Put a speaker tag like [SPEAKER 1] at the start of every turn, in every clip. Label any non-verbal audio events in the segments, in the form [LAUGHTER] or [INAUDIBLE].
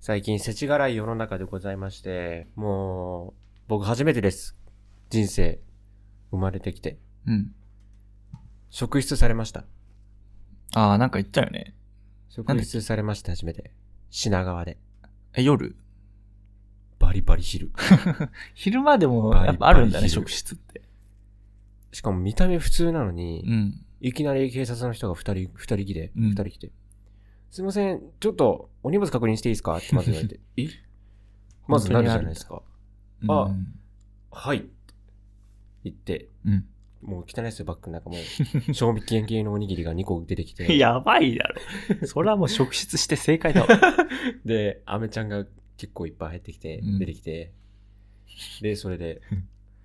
[SPEAKER 1] 最近、世知辛い世の中でございまして、もう、僕初めてです。人生、生まれてきて。
[SPEAKER 2] うん。
[SPEAKER 1] 職質されました。
[SPEAKER 2] ああ、なんか言ったよね。
[SPEAKER 1] 職質されました、初めて。品川で。
[SPEAKER 2] え、夜
[SPEAKER 1] バリバリ昼。
[SPEAKER 2] 昼間でも
[SPEAKER 1] バリバリ
[SPEAKER 2] やっぱあるんだね、
[SPEAKER 1] 昼
[SPEAKER 2] 職質って。
[SPEAKER 1] しかも見た目普通なのに、
[SPEAKER 2] うん。
[SPEAKER 1] いきなり警察の人が二人、二人来て、
[SPEAKER 2] うん
[SPEAKER 1] 二人来て、すいません、ちょっとお荷物確認していいですかってまず言われて、 [LAUGHS] えまずなるじゃないですか。あ
[SPEAKER 2] うん
[SPEAKER 1] はい。って言って、
[SPEAKER 2] うん。
[SPEAKER 1] もう汚いですよ、バッグの中もう。賞味期限系のおにぎりが2個出てき [LAUGHS] て。
[SPEAKER 2] [LAUGHS] やばいだろ。それはもう職質して正解だ [LAUGHS] わ。
[SPEAKER 1] で、アメちゃんが結構いっぱい入ってきて、
[SPEAKER 2] うん
[SPEAKER 1] 出てきて、で、それ
[SPEAKER 2] [LAUGHS]
[SPEAKER 1] で、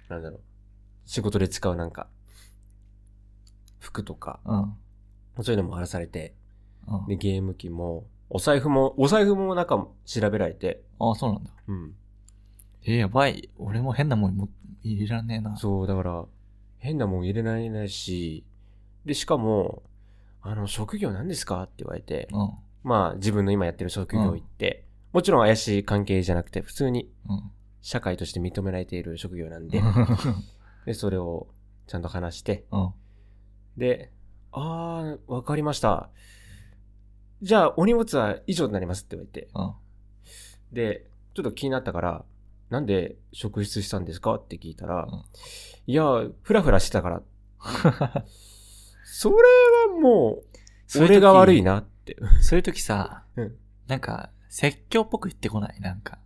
[SPEAKER 1] なんだろう、仕事で使うなんか、服とか、
[SPEAKER 2] うん。
[SPEAKER 1] そういうのも荒らされて、
[SPEAKER 2] あ
[SPEAKER 1] で、ゲーム機も、お財布も、お財布もなんか調べられて、
[SPEAKER 2] あ、そうなんだ。
[SPEAKER 1] うん。
[SPEAKER 2] えー、やばい。俺も変なもんも入れらんねえな。
[SPEAKER 1] そう、だから、変なもん入れられないし、で、しかも、あの、職業何ですかって言われて、
[SPEAKER 2] うん。
[SPEAKER 1] まあ、自分の今やってる職業行って、もちろん怪しい関係じゃなくて、普通に
[SPEAKER 2] うん。
[SPEAKER 1] 社会として認められている職業なん
[SPEAKER 2] う
[SPEAKER 1] で、
[SPEAKER 2] ん。
[SPEAKER 1] で、それをちゃんと話して、
[SPEAKER 2] [LAUGHS] [LAUGHS] うん
[SPEAKER 1] で、あー、わかりました。じゃあ、お荷物は以上になりますって言われて、
[SPEAKER 2] うん。
[SPEAKER 1] で、ちょっと気になったから、なんで職質したんですかって聞いたら、
[SPEAKER 2] うん
[SPEAKER 1] いや、フラフラしてたから。それはもう、俺が悪い。なって。
[SPEAKER 2] そういう時さ
[SPEAKER 1] うん、
[SPEAKER 2] なんか、説教っぽく言ってこないなんか。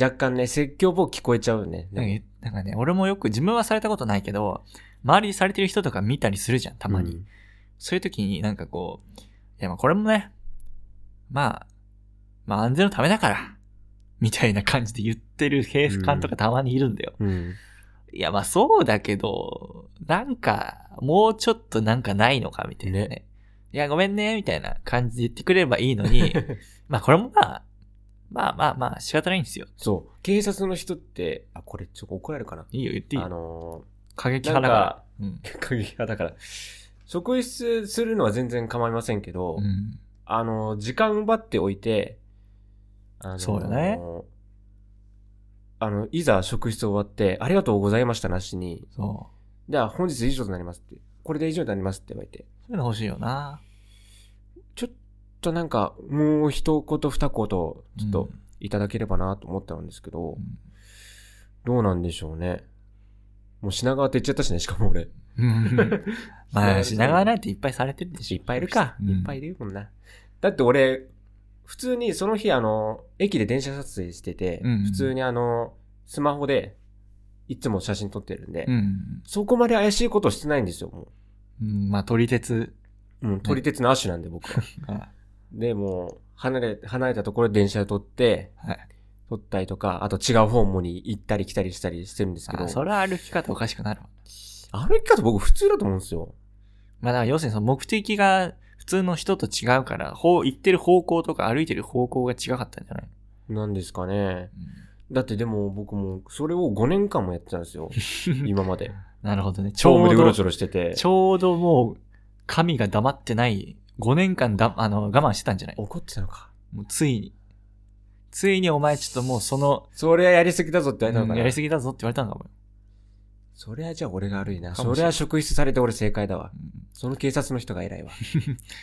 [SPEAKER 1] 若干ね、説教っぽく聞こえちゃうね。
[SPEAKER 2] なんかなんかね、俺もよく自分はされたことないけど、周りにされてる人とか見たりするじゃん、た
[SPEAKER 1] た
[SPEAKER 2] まに。。そういう時になんかこう、いやまあこれもね、まあ、まあ安全のためだから、みたいな感じで言ってる警察官とかたまにいるんだよ。
[SPEAKER 1] うん。うん
[SPEAKER 2] いやまあそうだけど、なんか、もうちょっとなんかないのかみたいなね。
[SPEAKER 1] ね
[SPEAKER 2] いやごめんね、みたいな感じで言ってくれればいい
[SPEAKER 1] [LAUGHS]
[SPEAKER 2] のに、まあこれもまあ、まあまあまあ仕方ないんですよ。
[SPEAKER 1] そう。警察の人って、あ、これちょっと怒られるかな。
[SPEAKER 2] いいよ、言っていい
[SPEAKER 1] あ
[SPEAKER 2] よ。
[SPEAKER 1] の
[SPEAKER 2] 過激
[SPEAKER 1] ー、なん
[SPEAKER 2] 派だから。
[SPEAKER 1] か、
[SPEAKER 2] うん。
[SPEAKER 1] 過激派だから。職質するのは全然構いませんけど、
[SPEAKER 2] うん。
[SPEAKER 1] あの、時間奪っておいて、あの
[SPEAKER 2] そうよね。
[SPEAKER 1] あの、いざ職質終わって、ありがとうございましたなしに、
[SPEAKER 2] そ
[SPEAKER 1] じゃあ本日以上となりますって、これで以上になりますって言われて、
[SPEAKER 2] う。そういうの欲しいよな。
[SPEAKER 1] ちょっとなんか、もう一言二言、ちょっ
[SPEAKER 2] う
[SPEAKER 1] と
[SPEAKER 2] ん
[SPEAKER 1] いただければなと思ったんですけど、
[SPEAKER 2] うん
[SPEAKER 1] どうなんでしょうね。もう品川って言っちゃったしね、しかも俺。
[SPEAKER 2] うん
[SPEAKER 1] [LAUGHS]
[SPEAKER 2] まあ、品川なんていっぱいされてるでし
[SPEAKER 1] い
[SPEAKER 2] ょ。
[SPEAKER 1] っぱいいるか。
[SPEAKER 2] うん
[SPEAKER 1] いっぱいいるもんな。だって俺、普通にその日あの、駅で電車撮影してて、
[SPEAKER 2] うんうん
[SPEAKER 1] 普通にあの、スマホで、いつも写真撮ってるんで、
[SPEAKER 2] うん。
[SPEAKER 1] そこまで怪しいことしてないんですよ、も
[SPEAKER 2] うん、まあ、撮り鉄
[SPEAKER 1] う。うん、撮り鉄の亜種なんで僕は。
[SPEAKER 2] が、
[SPEAKER 1] で、もう、離れ、離れたところで電車で撮って、
[SPEAKER 2] はい。
[SPEAKER 1] 撮ったりとか、あと違う方向に行ったり来たりしたりしてるんですけど、
[SPEAKER 2] あそれは歩き方おかしくなるわ。
[SPEAKER 1] あの生き方僕普通だと思うんですよ。
[SPEAKER 2] まあ、だから要するにその目的が普通の人と違うから、方行ってる方向とか歩いてる方向が違かったんじゃない
[SPEAKER 1] なんですかね。だってでも僕も、それを5年間もやってたん
[SPEAKER 2] [LAUGHS]
[SPEAKER 1] ですよ。
[SPEAKER 2] うん、
[SPEAKER 1] 今まで。
[SPEAKER 2] なるほどね。 [LAUGHS] ち
[SPEAKER 1] ホー
[SPEAKER 2] ょ
[SPEAKER 1] ム
[SPEAKER 2] う
[SPEAKER 1] でうろち
[SPEAKER 2] ど、
[SPEAKER 1] ょろしてて。
[SPEAKER 2] [LAUGHS] ちょうどもう、神が黙ってない、5年間だ、あの、我慢してたんじゃない
[SPEAKER 1] 怒ってたのか。
[SPEAKER 2] もうついに。ついにお前ちょっともうその、
[SPEAKER 1] それはやりすぎだぞって言われたの
[SPEAKER 2] う
[SPEAKER 1] か
[SPEAKER 2] ん
[SPEAKER 1] な。
[SPEAKER 2] やりすぎだぞって言われたんだもん。
[SPEAKER 1] それはじゃあ俺が悪いな。
[SPEAKER 2] かも
[SPEAKER 1] そ
[SPEAKER 2] し
[SPEAKER 1] れ
[SPEAKER 2] れな
[SPEAKER 1] はい職質されて俺正解だわ
[SPEAKER 2] う。ん
[SPEAKER 1] その警察の人が偉
[SPEAKER 2] [LAUGHS]
[SPEAKER 1] いわ。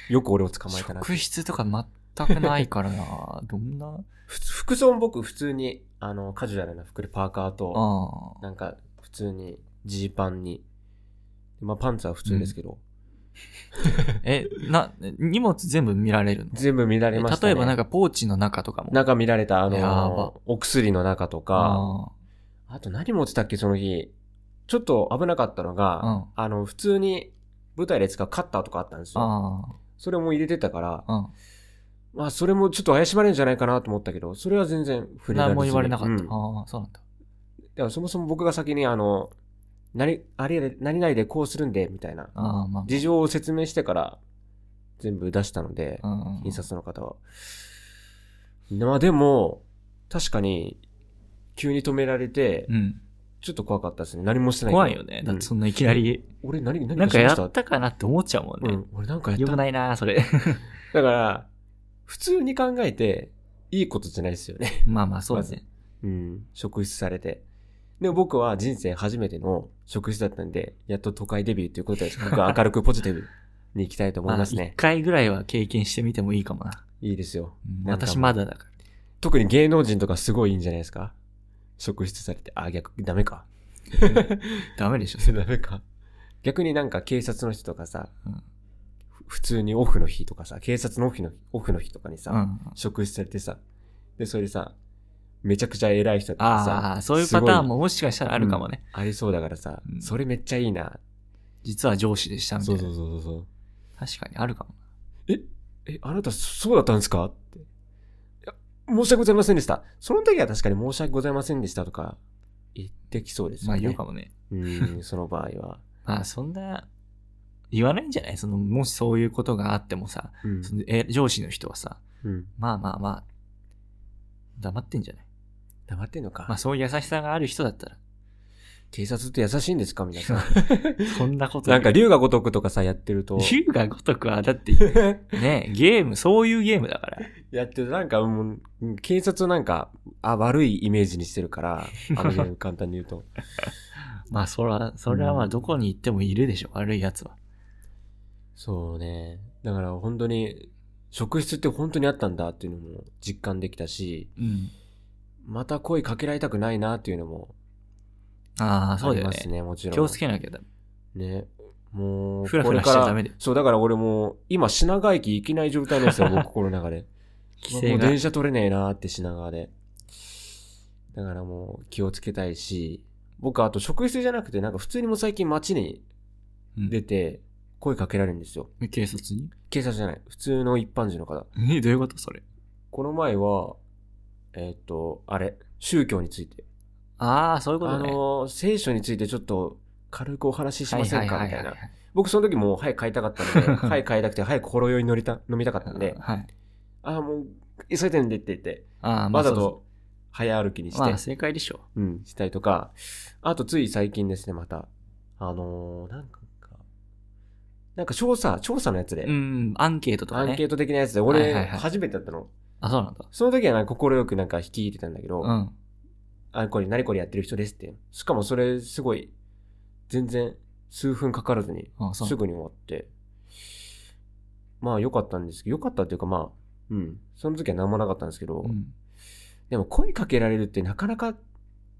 [SPEAKER 1] よく俺を捕まえたな。
[SPEAKER 2] 職質とか全くないから
[SPEAKER 1] [LAUGHS]
[SPEAKER 2] などんな
[SPEAKER 1] ふつ服装も僕普通に、あの、カジュアルな服でパーカーと、
[SPEAKER 2] ああ
[SPEAKER 1] なんか普通にジーパンに、まあパンツは普通ですけど、
[SPEAKER 2] えな荷物全部見られるの
[SPEAKER 1] 全部見られました、ね。
[SPEAKER 2] 例えばなんかポーチの中とかも
[SPEAKER 1] 中見られた、あ
[SPEAKER 2] やば
[SPEAKER 1] の、お薬の中とか、
[SPEAKER 2] あ
[SPEAKER 1] あと何持ってたっけ、その日。ちょっと危なかったのが、
[SPEAKER 2] うん
[SPEAKER 1] あの、普通に舞台で使うカッターとかあったんです
[SPEAKER 2] あ
[SPEAKER 1] よ。
[SPEAKER 2] あ
[SPEAKER 1] それも入れてたから、
[SPEAKER 2] あうん
[SPEAKER 1] まあ、それもちょっと怪しまれるんじゃないかなと思ったけど、それは全然触れられずに
[SPEAKER 2] 何も言われなかった、
[SPEAKER 1] うんだか
[SPEAKER 2] ああそうなんだ
[SPEAKER 1] らそもそも僕が先に、あの、何、あれ、何々でこうするんで、みたいな、
[SPEAKER 2] ああま
[SPEAKER 1] 事情を説明してから、全部出したので
[SPEAKER 2] あ、うん
[SPEAKER 1] 印刷の方は。まあ、でも、確かに、急に止められて、
[SPEAKER 2] うん、
[SPEAKER 1] ちょっと怖かったですね。何もしてないから
[SPEAKER 2] 怖いよねだってそんないきなり、
[SPEAKER 1] 俺何、何
[SPEAKER 2] なんか
[SPEAKER 1] しま
[SPEAKER 2] や
[SPEAKER 1] した
[SPEAKER 2] ったかなって思っちゃうもん
[SPEAKER 1] う
[SPEAKER 2] ね、
[SPEAKER 1] ん、俺なんかやっ
[SPEAKER 2] よ
[SPEAKER 1] た
[SPEAKER 2] くないなそれ
[SPEAKER 1] だから、普通に考えて、いいことじゃないですよね。
[SPEAKER 2] まあまあ、そうですね。
[SPEAKER 1] うん。職質されて。でも僕は人生初めての職質だったんで、やっと都会デビューということで、僕は明るくポジティブに行きたいと思い
[SPEAKER 2] まあ、
[SPEAKER 1] ます
[SPEAKER 2] 一
[SPEAKER 1] ね。
[SPEAKER 2] 回ぐらいは経験してみてもいいかもな。
[SPEAKER 1] いいですよ。
[SPEAKER 2] うん
[SPEAKER 1] なんか
[SPEAKER 2] 私まだだから。
[SPEAKER 1] 特に芸能人とかすごいいいんじゃないですか職質されて。あ、逆、ダメか。 [LAUGHS]
[SPEAKER 2] ダメでしょ。
[SPEAKER 1] それダメか。逆になんか警察の人とかさ、
[SPEAKER 2] うん
[SPEAKER 1] ふ普通にオフの日とかさ、警察のオフのオフの日とかにさ、
[SPEAKER 2] うん。
[SPEAKER 1] 職質されてさ、で、それでさ、めちゃくちゃ偉い人とかさ、
[SPEAKER 2] ああ、そういうパターン
[SPEAKER 1] すごい
[SPEAKER 2] ももしかしたらあるかもね。
[SPEAKER 1] ありそうだからさ、
[SPEAKER 2] うん
[SPEAKER 1] それめっちゃいいな。
[SPEAKER 2] 実は上司でしたみた
[SPEAKER 1] そ
[SPEAKER 2] いうな。
[SPEAKER 1] そうそうそうそう。
[SPEAKER 2] 確かにあるかも。
[SPEAKER 1] え、あなたそそうだったんですかって。いや、申し訳ございませんでした。その時は確かに申し訳ございませんでしたとか言ってきそうですよ
[SPEAKER 2] まあ
[SPEAKER 1] ね。
[SPEAKER 2] 言うかもね。
[SPEAKER 1] うん、その場合
[SPEAKER 2] [LAUGHS]
[SPEAKER 1] は。
[SPEAKER 2] まあそんな、言わないんじゃないその、もしそういうことがあってもさ、
[SPEAKER 1] うん
[SPEAKER 2] そのえ上司の人はさ、
[SPEAKER 1] うん。
[SPEAKER 2] まあまあまあ、黙ってんじゃない
[SPEAKER 1] 黙ってんのか。
[SPEAKER 2] まあそういう優しさがある人だったら、
[SPEAKER 1] 警察って優しいんですか
[SPEAKER 2] [LAUGHS]
[SPEAKER 1] 皆さん。
[SPEAKER 2] そんなこと
[SPEAKER 1] なんか、竜が如くとかさ、やってると。
[SPEAKER 2] 龍が如くは、だ [LAUGHS] って、ね、ゲーム、そういうゲームだから。
[SPEAKER 1] [LAUGHS] やってるなんか、もううん、警察をなんか、あ、悪いイメージにしてるから、あのゲ
[SPEAKER 2] [LAUGHS]
[SPEAKER 1] ーム簡単に言うと。
[SPEAKER 2] まあそら、それはまあどこに行ってもいるでしょ、悪い奴は。
[SPEAKER 1] そうね。だから本当に、職質って本当にあったんだっていうのも実感できたし、
[SPEAKER 2] うん。
[SPEAKER 1] また声かけられたくないなっていうのも
[SPEAKER 2] ああ、そ
[SPEAKER 1] あ
[SPEAKER 2] うだ
[SPEAKER 1] りま
[SPEAKER 2] よね
[SPEAKER 1] す。ね、もちろん。
[SPEAKER 2] 気をつけなきゃだ。
[SPEAKER 1] ね。もう、
[SPEAKER 2] ふらふらし
[SPEAKER 1] こ
[SPEAKER 2] ち
[SPEAKER 1] れ
[SPEAKER 2] ゃ
[SPEAKER 1] から
[SPEAKER 2] ダメで。
[SPEAKER 1] そう、だから俺もう、今品川駅行けない状態なんです
[SPEAKER 2] [LAUGHS]
[SPEAKER 1] よ、僕、心の中で。
[SPEAKER 2] 規制
[SPEAKER 1] もう
[SPEAKER 2] が
[SPEAKER 1] 電。車取れねえなーって品川で。だからもう気をつけたいし、僕あと職質じゃなくて、なんか普通にもう最近街に
[SPEAKER 2] うん
[SPEAKER 1] 出て声かけられるんですよ。
[SPEAKER 2] 警察に
[SPEAKER 1] 警察じゃない。普通の一般人の方。
[SPEAKER 2] え、どういうことそれ。
[SPEAKER 1] この前は、えーっと、あれ、宗教について。
[SPEAKER 2] ああ、そういうこ
[SPEAKER 1] あ
[SPEAKER 2] とね。
[SPEAKER 1] のー、聖書についてちょっと軽くお話ししませんかみたいな
[SPEAKER 2] は。
[SPEAKER 1] 僕その時もう早く帰りたかった
[SPEAKER 2] [LAUGHS]
[SPEAKER 1] ので、早く帰りたくて早くほろ酔いに乗りた飲みたかったん
[SPEAKER 2] はい
[SPEAKER 1] で、
[SPEAKER 2] はい。
[SPEAKER 1] ああ、もう急いでんでって言って、
[SPEAKER 2] ああ、ま
[SPEAKER 1] わ
[SPEAKER 2] あ
[SPEAKER 1] ざ
[SPEAKER 2] そ
[SPEAKER 1] と早歩きに
[SPEAKER 2] う
[SPEAKER 1] し
[SPEAKER 2] そう。ま
[SPEAKER 1] て
[SPEAKER 2] あ、正解でしょ。
[SPEAKER 1] うん、したりとか、あとつい最近ですね、また、あのーなんか、なんか調査、調査のやつで、
[SPEAKER 2] うん、アンケートと
[SPEAKER 1] ア
[SPEAKER 2] か
[SPEAKER 1] ン
[SPEAKER 2] ね
[SPEAKER 1] ケ。ート的なやつで、
[SPEAKER 2] は
[SPEAKER 1] 俺、
[SPEAKER 2] いはいはい
[SPEAKER 1] 初めてだったの。
[SPEAKER 2] あ、そうなんだ。
[SPEAKER 1] その時はなんか快くなんか引き入れたんだけど、
[SPEAKER 2] うん。
[SPEAKER 1] あれこれ何これやってる人ですって。しかもそれ、すごい、全然、数分かからずに、
[SPEAKER 2] あそう
[SPEAKER 1] すぐに終わって、まあ良かったんですけど、良かったっていうかまあ、うん、その時は何もなかったんですけど、
[SPEAKER 2] うん
[SPEAKER 1] でも声かけられるってなかなか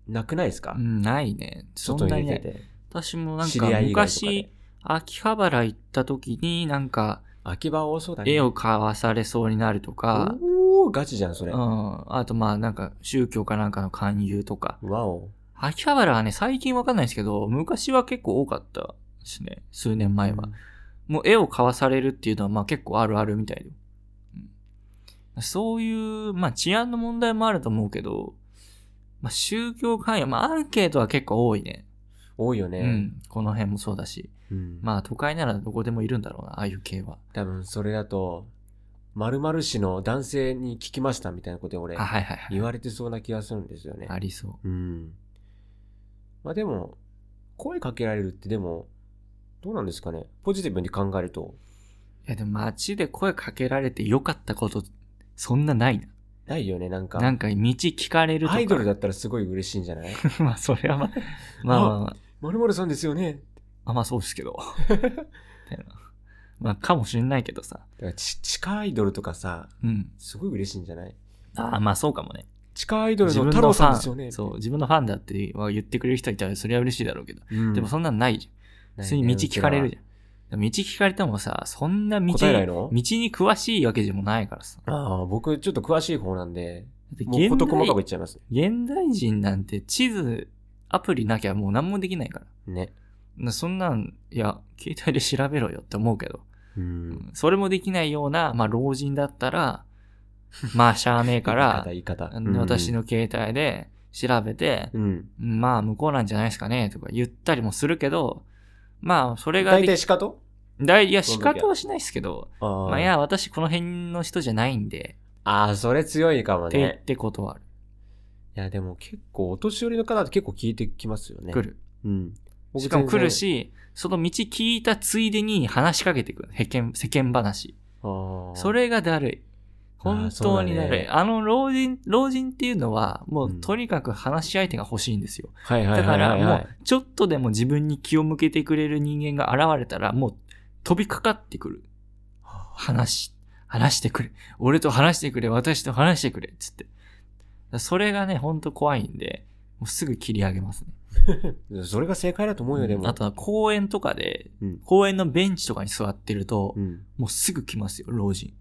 [SPEAKER 1] なくないですか、
[SPEAKER 2] うん、ないね。そん
[SPEAKER 1] 外
[SPEAKER 2] な
[SPEAKER 1] に
[SPEAKER 2] に
[SPEAKER 1] 出
[SPEAKER 2] ない。
[SPEAKER 1] てて。
[SPEAKER 2] 私もなん
[SPEAKER 1] 知
[SPEAKER 2] か
[SPEAKER 1] り合い以外とかで
[SPEAKER 2] 昔、秋葉原行った時になんか
[SPEAKER 1] 秋葉多そうだね。
[SPEAKER 2] 絵を買わされそうになるとか、
[SPEAKER 1] おおガチじゃん、それ。
[SPEAKER 2] う
[SPEAKER 1] わ
[SPEAKER 2] ん、あとまあなんか宗教かなんかの勧誘とか。
[SPEAKER 1] お。
[SPEAKER 2] 秋葉原はね、最近わかんないですけど、昔は結構多かったですね。数年前は。もう絵を買わされるっていうのはまあ結構あるあるみたいで。うんそういう、まあ治安の問題もあると思うけど、まあ宗教関与、まあアンケートは結構多いね。
[SPEAKER 1] 多いよ
[SPEAKER 2] う
[SPEAKER 1] ね。
[SPEAKER 2] ん。この辺もそうだし。
[SPEAKER 1] うん
[SPEAKER 2] まあ都会ならどこでもいるんだろうな、ああいう系は。
[SPEAKER 1] 多分それだと、〇〇市の男性に聞きましたみたいなことで俺
[SPEAKER 2] あ、、はいはいはい。
[SPEAKER 1] 言われてそうな気がするんですよね。
[SPEAKER 2] ありそう。
[SPEAKER 1] うん。まあでも、声かけられるってでも、どうなんですかね。ポジティブに考えると、
[SPEAKER 2] いやでも街で声かけられてよかったこと、そんなないな。
[SPEAKER 1] ないよね、なんか。
[SPEAKER 2] なんか道聞かれるとか。
[SPEAKER 1] アイドルだったらすごい嬉しいんじゃ
[SPEAKER 2] [LAUGHS]
[SPEAKER 1] ない
[SPEAKER 2] まあそれ
[SPEAKER 1] [LAUGHS]
[SPEAKER 2] はまあ、まあまあまあ、
[SPEAKER 1] 〇〇さんですよね。
[SPEAKER 2] あまあそうで
[SPEAKER 1] [LAUGHS]
[SPEAKER 2] すけど。みたいなまあかもしれないけどさ。
[SPEAKER 1] だからち地下アイドルとかさ、
[SPEAKER 2] うん。
[SPEAKER 1] すごい嬉しいんじゃない
[SPEAKER 2] ああまあそうかもね。
[SPEAKER 1] 地下アイドル
[SPEAKER 2] 自
[SPEAKER 1] の
[SPEAKER 2] 分
[SPEAKER 1] 太
[SPEAKER 2] の
[SPEAKER 1] 郎
[SPEAKER 2] フ
[SPEAKER 1] さん
[SPEAKER 2] ァン、
[SPEAKER 1] ですよね。
[SPEAKER 2] そう、自分のファンだっては言ってくれる人いたらそれは嬉しいだろうけど。
[SPEAKER 1] うん
[SPEAKER 2] でもそんなのないじゃん。普通に道聞かれるじゃん。でも道聞かれてもさ、そんな道、
[SPEAKER 1] 答えない
[SPEAKER 2] 道
[SPEAKER 1] の
[SPEAKER 2] に詳しいわけでもないからさ。だ
[SPEAKER 1] ああ、僕ちょっと詳しい方なんで、
[SPEAKER 2] って
[SPEAKER 1] もう
[SPEAKER 2] 現
[SPEAKER 1] 事細かく言
[SPEAKER 2] 代
[SPEAKER 1] っちゃいます
[SPEAKER 2] 現代人なんて地図、アプリなきゃもう何もできないから。
[SPEAKER 1] ね。
[SPEAKER 2] なそんなん、いや、携帯で調べろよって思うけど、
[SPEAKER 1] う。
[SPEAKER 2] うんんそれもできないような、まあ、老人だっ
[SPEAKER 1] [LAUGHS]
[SPEAKER 2] たら、まあ、しゃあねえから、
[SPEAKER 1] 言い方、
[SPEAKER 2] あ
[SPEAKER 1] 言い
[SPEAKER 2] の
[SPEAKER 1] 方。
[SPEAKER 2] 私の携帯で調べて
[SPEAKER 1] う、ん。
[SPEAKER 2] まあ、向こうなんじゃないですかね、とか言ったりもするけど、まあ、それが
[SPEAKER 1] 大
[SPEAKER 2] で
[SPEAKER 1] 体
[SPEAKER 2] き、
[SPEAKER 1] しかと
[SPEAKER 2] だいいや、
[SPEAKER 1] その
[SPEAKER 2] 仕
[SPEAKER 1] 時は
[SPEAKER 2] 方はしないですけど、
[SPEAKER 1] あー
[SPEAKER 2] まあ、いや、私この辺の人じゃないんで、
[SPEAKER 1] あー、それ強いかも
[SPEAKER 2] って言っ
[SPEAKER 1] ね。
[SPEAKER 2] て断る。
[SPEAKER 1] いや、でも結構、お年寄りの方って結構聞いてきますよね。
[SPEAKER 2] 来。る。
[SPEAKER 1] うん。僕
[SPEAKER 2] しかも
[SPEAKER 1] 全然
[SPEAKER 2] 来る。し、その道聞いたついでに話しかけてくる。世間、世間話。
[SPEAKER 1] あー
[SPEAKER 2] そ。れがだるい。本当に
[SPEAKER 1] そうだね
[SPEAKER 2] 誰、あの老人、老人っていうのは、もううんとにかく話し相手が欲しいんですよ。
[SPEAKER 1] はいはい
[SPEAKER 2] だ
[SPEAKER 1] は
[SPEAKER 2] か
[SPEAKER 1] いは
[SPEAKER 2] ら
[SPEAKER 1] い
[SPEAKER 2] も
[SPEAKER 1] は
[SPEAKER 2] う
[SPEAKER 1] い。、
[SPEAKER 2] ちょっとでも自分に気を向けてくれる人間が現れたら、もう飛びかかってくる。話し、話してくれ。俺と話してくれ。私と話してくれ。つって。だからそれがね、ほんと怖いんで、もうすぐ切り上げますね。
[SPEAKER 1] それが正解だと思うよ、でも。
[SPEAKER 2] あとは公園とかで、
[SPEAKER 1] うん
[SPEAKER 2] 公園のベンチとかに座ってると、
[SPEAKER 1] うん。
[SPEAKER 2] もうすぐ来ますよ、老人。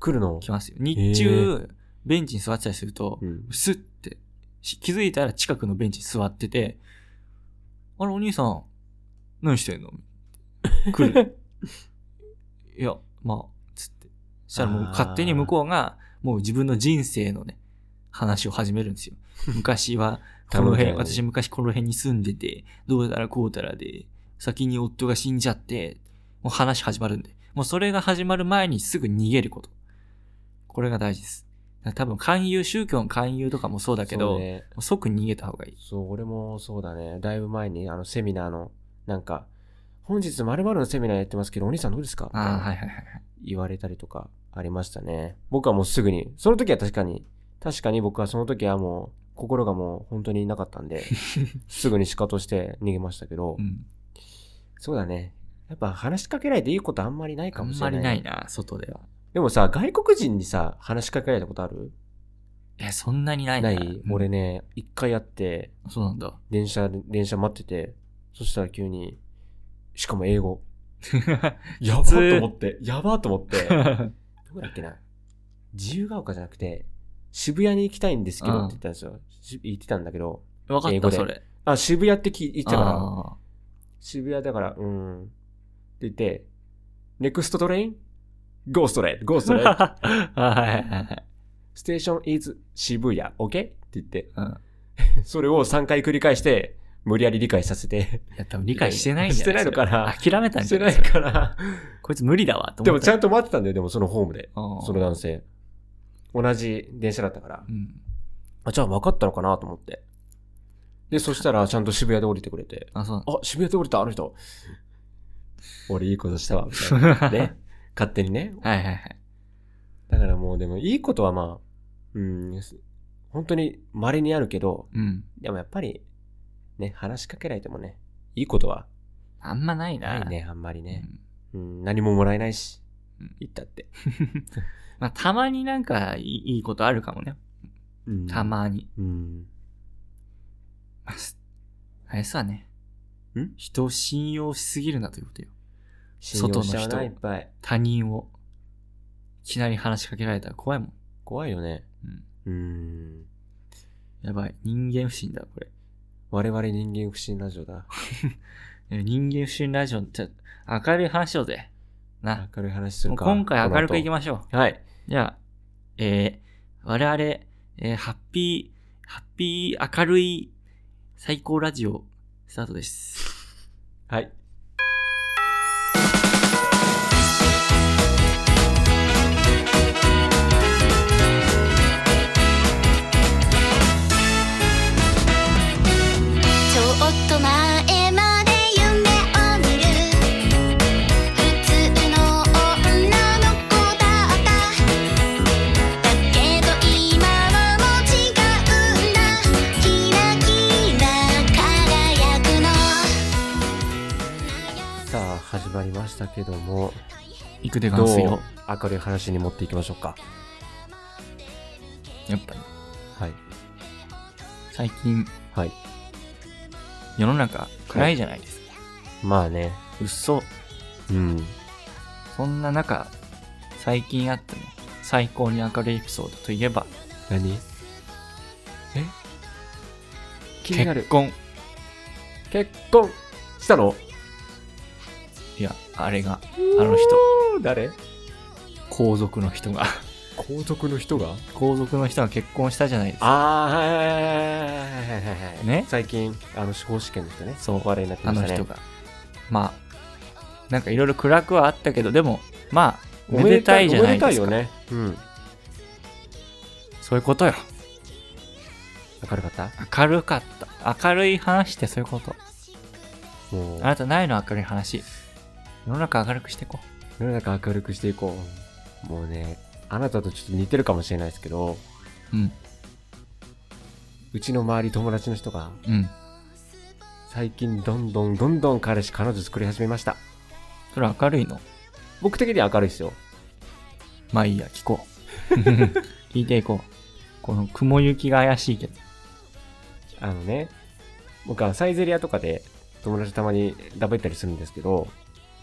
[SPEAKER 1] 来るの
[SPEAKER 2] 来ますよ。日中、ベンチに座ってたりすると、
[SPEAKER 1] うん。
[SPEAKER 2] スッて、し気づいたら近くのベンチに座ってて、あれ、お兄さん、何してんの
[SPEAKER 1] [LAUGHS]
[SPEAKER 2] 来る。いや、まあ、つって。そしたらもう
[SPEAKER 1] あー
[SPEAKER 2] 勝手に向こうが、もう自分の人生のね、話を始めるんで
[SPEAKER 1] [LAUGHS]
[SPEAKER 2] すよ。昔は、この
[SPEAKER 1] 頼
[SPEAKER 2] 辺、
[SPEAKER 1] むからね
[SPEAKER 2] 私昔この辺に住んでて、どうたらこうたらで、先に夫が死んじゃって、もう話始まるんで。もうそれが始まる前にすぐ逃げること。これが大事です。だから多分勧誘、宗教の勧誘とかもそうだけど、
[SPEAKER 1] そう
[SPEAKER 2] も
[SPEAKER 1] ね
[SPEAKER 2] う即逃げた方がいい。
[SPEAKER 1] そう、俺もそうだね。だいぶ前に、あの、セミナーの、なんか、本日〇〇のセミナーやってますけど、お兄さんどうですかみたい
[SPEAKER 2] ああ、
[SPEAKER 1] な
[SPEAKER 2] はいはいはいはい。
[SPEAKER 1] 言われたりとかありましたね。僕はもうすぐに、その時は確かに、確かに僕はその時はもう、心がもう本当になかったん
[SPEAKER 2] [LAUGHS]
[SPEAKER 1] で、すぐにシカとして逃げましたけど
[SPEAKER 2] う、ん。
[SPEAKER 1] そうだね。やっぱ話しかけられていいことあんまりない
[SPEAKER 2] あ
[SPEAKER 1] かも
[SPEAKER 2] ん
[SPEAKER 1] し
[SPEAKER 2] ま
[SPEAKER 1] れな
[SPEAKER 2] り
[SPEAKER 1] い。
[SPEAKER 2] ないな、外では。
[SPEAKER 1] でもさ、外国人にさ、話しかけられたことある
[SPEAKER 2] え、そんなにない
[SPEAKER 1] な
[SPEAKER 2] な。
[SPEAKER 1] い
[SPEAKER 2] うん
[SPEAKER 1] 俺。ね、一回やって、
[SPEAKER 2] そ
[SPEAKER 1] [LAUGHS]
[SPEAKER 2] うなんだ。
[SPEAKER 1] 電車、電車待ってて、そしたら急に、しかも英
[SPEAKER 2] [LAUGHS]
[SPEAKER 1] 語。やば
[SPEAKER 2] 通
[SPEAKER 1] と思って、やばと思って。どこだっけな自由が丘じゃなくて、渋谷に行きたいんですけど
[SPEAKER 2] うん
[SPEAKER 1] って言ったんですよ。し言ってたんだけど、
[SPEAKER 2] わか
[SPEAKER 1] 英
[SPEAKER 2] っ
[SPEAKER 1] 語で
[SPEAKER 2] た、それ。
[SPEAKER 1] あ、渋谷って聞い言ってたから、
[SPEAKER 2] あ
[SPEAKER 1] 渋谷だから、うーん。って言って、ネクストトレインゴーストレイゴース
[SPEAKER 2] [LAUGHS]
[SPEAKER 1] トレイ
[SPEAKER 2] ーはいはいはいはい。
[SPEAKER 1] ステーション is 渋谷、OK? って言って、
[SPEAKER 2] うん
[SPEAKER 1] それを3回繰り返して、無理やり理解させて、
[SPEAKER 2] いや、多分理解してないんじ
[SPEAKER 1] し
[SPEAKER 2] ゃ
[SPEAKER 1] てないのかな
[SPEAKER 2] それ諦めたん
[SPEAKER 1] し
[SPEAKER 2] じ
[SPEAKER 1] て
[SPEAKER 2] ゃ
[SPEAKER 1] な
[SPEAKER 2] ない
[SPEAKER 1] いから。
[SPEAKER 2] こいつ無理だわ、と
[SPEAKER 1] で
[SPEAKER 2] 思
[SPEAKER 1] も
[SPEAKER 2] っ
[SPEAKER 1] ちゃ
[SPEAKER 2] た。
[SPEAKER 1] んと待ってたんだよ、でもそのホームで。
[SPEAKER 2] も
[SPEAKER 1] その男性。同じ電車だったから
[SPEAKER 2] う。ん。
[SPEAKER 1] あ、じゃあ分かったのかなと思って。で、そしたらちゃんと渋谷で降りてくれて。
[SPEAKER 2] あ、そうなんだ
[SPEAKER 1] あ、渋谷で降りた、あの人。俺いいこと
[SPEAKER 2] [LAUGHS]
[SPEAKER 1] したわ、みたいな。 [LAUGHS] ね。勝手にね。
[SPEAKER 2] はいはいはい。
[SPEAKER 1] だからもうでもいいことはまあ、うん、本当に稀にあるけど、
[SPEAKER 2] うん。
[SPEAKER 1] でもやっぱり、ね、話しかけられてもね、いいことは
[SPEAKER 2] あんまないな。
[SPEAKER 1] ないね、あんまりね
[SPEAKER 2] う。ん
[SPEAKER 1] うん、何ももらえないし
[SPEAKER 2] うん、
[SPEAKER 1] 言ったって。
[SPEAKER 2] [LAUGHS] まあ、たまになんかいいいいことあるかもね。
[SPEAKER 1] うん
[SPEAKER 2] た。まに。
[SPEAKER 1] うん。
[SPEAKER 2] あすあれさね。
[SPEAKER 1] ん
[SPEAKER 2] 人を信用しすぎるなということよ。
[SPEAKER 1] 信用しちゃう
[SPEAKER 2] 外の
[SPEAKER 1] な、
[SPEAKER 2] 人
[SPEAKER 1] いっぱい。
[SPEAKER 2] 他人を。いきなり話しかけられたら怖いもん。
[SPEAKER 1] 怖いよね。
[SPEAKER 2] う
[SPEAKER 1] う
[SPEAKER 2] ん。
[SPEAKER 1] ん。
[SPEAKER 2] やばい。人間不信だ、これ。
[SPEAKER 1] 我々人間不信ラジオだ。
[SPEAKER 2] え人間不信ラジオって、明るい話しようぜ。な。
[SPEAKER 1] 明るい話する
[SPEAKER 2] もう
[SPEAKER 1] か。
[SPEAKER 2] 今回明るくいき
[SPEAKER 1] ま
[SPEAKER 2] ましょう。
[SPEAKER 1] す。はい。
[SPEAKER 2] じゃあ、えー、我々、えーハッピー、ハッピー明るい最高ラジオ、スタートです。
[SPEAKER 1] はい。
[SPEAKER 3] ちょっと前まで夢を見る普通の女の子だっただけど今はもう違うんだキラキラ輝くの
[SPEAKER 1] さあ、始まりましたけども、
[SPEAKER 2] いくで
[SPEAKER 1] ど
[SPEAKER 2] が
[SPEAKER 1] う
[SPEAKER 2] すよ。
[SPEAKER 1] 明るい話に持っていきましょうか。
[SPEAKER 2] やっぱり、
[SPEAKER 1] はい。
[SPEAKER 2] 最近、
[SPEAKER 1] はい。
[SPEAKER 2] 世の中暗いじゃないですか。
[SPEAKER 1] まあね。
[SPEAKER 2] うっそ。
[SPEAKER 1] うん。
[SPEAKER 2] そんな中、最近あったね、最高に明るいエピソードといえば、
[SPEAKER 1] 何え気にな
[SPEAKER 2] 結
[SPEAKER 1] る。
[SPEAKER 2] 婚。
[SPEAKER 1] 結婚したの
[SPEAKER 2] いや、あれが、
[SPEAKER 1] あ
[SPEAKER 2] の人。
[SPEAKER 1] 誰
[SPEAKER 2] 皇族の人が、 [LAUGHS]
[SPEAKER 1] 皇族の人が
[SPEAKER 2] 皇族の人が結婚したじゃないですか。
[SPEAKER 1] ああ、はいはいはいはいはいはい。
[SPEAKER 2] ね
[SPEAKER 1] 最近、あの、司法試験の人ね。
[SPEAKER 2] そう
[SPEAKER 1] お笑いになって
[SPEAKER 2] あ
[SPEAKER 1] まし
[SPEAKER 2] の
[SPEAKER 1] たね。
[SPEAKER 2] 人が。まあ、なんかいろいろ暗くはあったけど、でも、まあ、
[SPEAKER 1] お
[SPEAKER 2] めでたいじゃない
[SPEAKER 1] おめでた
[SPEAKER 2] で
[SPEAKER 1] い
[SPEAKER 2] す
[SPEAKER 1] よ
[SPEAKER 2] か。
[SPEAKER 1] ね。うん。
[SPEAKER 2] そういうことよ。
[SPEAKER 1] 明るかった
[SPEAKER 2] 明るかった。明るい話ってそういうこと。
[SPEAKER 1] もう
[SPEAKER 2] あ、なたないの明るい話。世の中明るくしていこ
[SPEAKER 1] 世の中明るくしていこう。もうね、あなたとちょっと似てるかもしれないですけど、
[SPEAKER 2] うん。
[SPEAKER 1] うちの周り友達の人が、
[SPEAKER 2] うん。
[SPEAKER 1] 最近どんどんどんどん彼氏彼女作り始めました。
[SPEAKER 2] それ明るいの
[SPEAKER 1] 僕的には明るいですよ。
[SPEAKER 2] まあいいや、聞こう。 [LAUGHS] 聞いていこう。この雲行きが怪しいけど。
[SPEAKER 1] あのね、僕はサイゼリアとかで友達たまにダブったりするんですけど、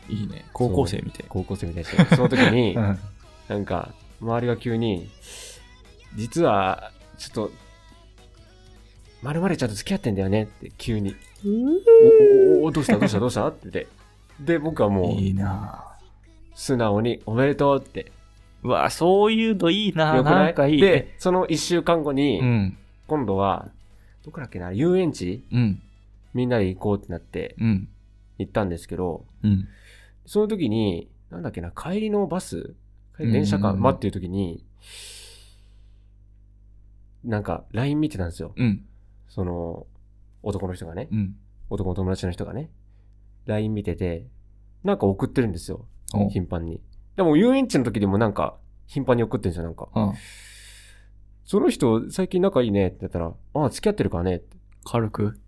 [SPEAKER 2] いいね。高校生みたい。
[SPEAKER 1] 高校生みたいな人その時に、
[SPEAKER 2] ん。
[SPEAKER 1] なんか、周りが急に、実は、ちょっと、まるまるちゃんと付き合ってんだよねって、急に。お、お、お、どうしたどうしたどうしたって言って。で、僕はも
[SPEAKER 2] いいなぁ
[SPEAKER 1] う、素直に、おめでとうって。
[SPEAKER 2] うわそういうのいいなぁ
[SPEAKER 1] よくな
[SPEAKER 2] ないんかいい。
[SPEAKER 1] で、その一週間後に、
[SPEAKER 2] うん。
[SPEAKER 1] 今度は、どこだっけな、遊園地
[SPEAKER 2] うん。
[SPEAKER 1] みんなで行こうってなって、
[SPEAKER 2] うん。
[SPEAKER 1] 行ったんですけど、
[SPEAKER 2] うん。
[SPEAKER 1] その時に、なんだっけな、帰りのバス帰り電車か、
[SPEAKER 2] うん
[SPEAKER 1] 待ってる時に、なんか、LINE 見てたんですよ。
[SPEAKER 2] うん。
[SPEAKER 1] その、男の人がね、
[SPEAKER 2] うん。
[SPEAKER 1] 男の友達の人がね、LINE 見てて、なんか送ってるんですよ、
[SPEAKER 2] おう
[SPEAKER 1] 頻繁に。でも遊園地の時でもなんか、頻繁に送ってるんですよ、なんか。
[SPEAKER 2] うん。
[SPEAKER 1] その人、最近仲いいねって言ったら、ああ、付き合ってるからねって、
[SPEAKER 2] 軽く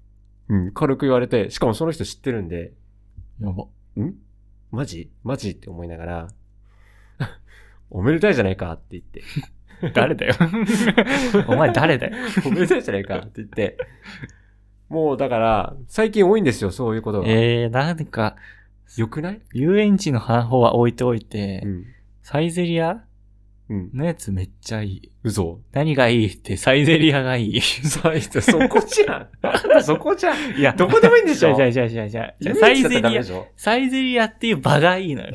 [SPEAKER 1] うん、軽く言われて、しかもその人知ってるんで、
[SPEAKER 2] やば。
[SPEAKER 1] んマジマジって思いながら、 [LAUGHS] おめでたいじゃないかって言って、
[SPEAKER 2] 誰だよ。 [LAUGHS] お前誰だよ。
[SPEAKER 1] おめでたいじゃないかって言って、 [LAUGHS] もうだから、最近多いんですよ、そういうことが。
[SPEAKER 2] えー、なんか、
[SPEAKER 1] よくない
[SPEAKER 2] 遊園地の方は置いておいて、
[SPEAKER 1] うん。
[SPEAKER 2] サイゼリア
[SPEAKER 1] うん。
[SPEAKER 2] のやつめっちゃいい。
[SPEAKER 1] 嘘。
[SPEAKER 2] 何がいいってサイゼリアがいい。サイゼ
[SPEAKER 1] そこじゃん。 [LAUGHS] あなたそこじゃん。
[SPEAKER 2] いや、
[SPEAKER 1] どこでもいいんでし
[SPEAKER 2] じゃ
[SPEAKER 1] ょ
[SPEAKER 2] あじゃあじゃあじゃあじゃ
[SPEAKER 1] 遊園
[SPEAKER 2] あ
[SPEAKER 1] 地
[SPEAKER 2] サイ
[SPEAKER 1] だった
[SPEAKER 2] ゼ
[SPEAKER 1] らダメ
[SPEAKER 2] リ
[SPEAKER 1] で
[SPEAKER 2] ア、
[SPEAKER 1] しょ
[SPEAKER 2] サイゼリアっていう場がいいのよ。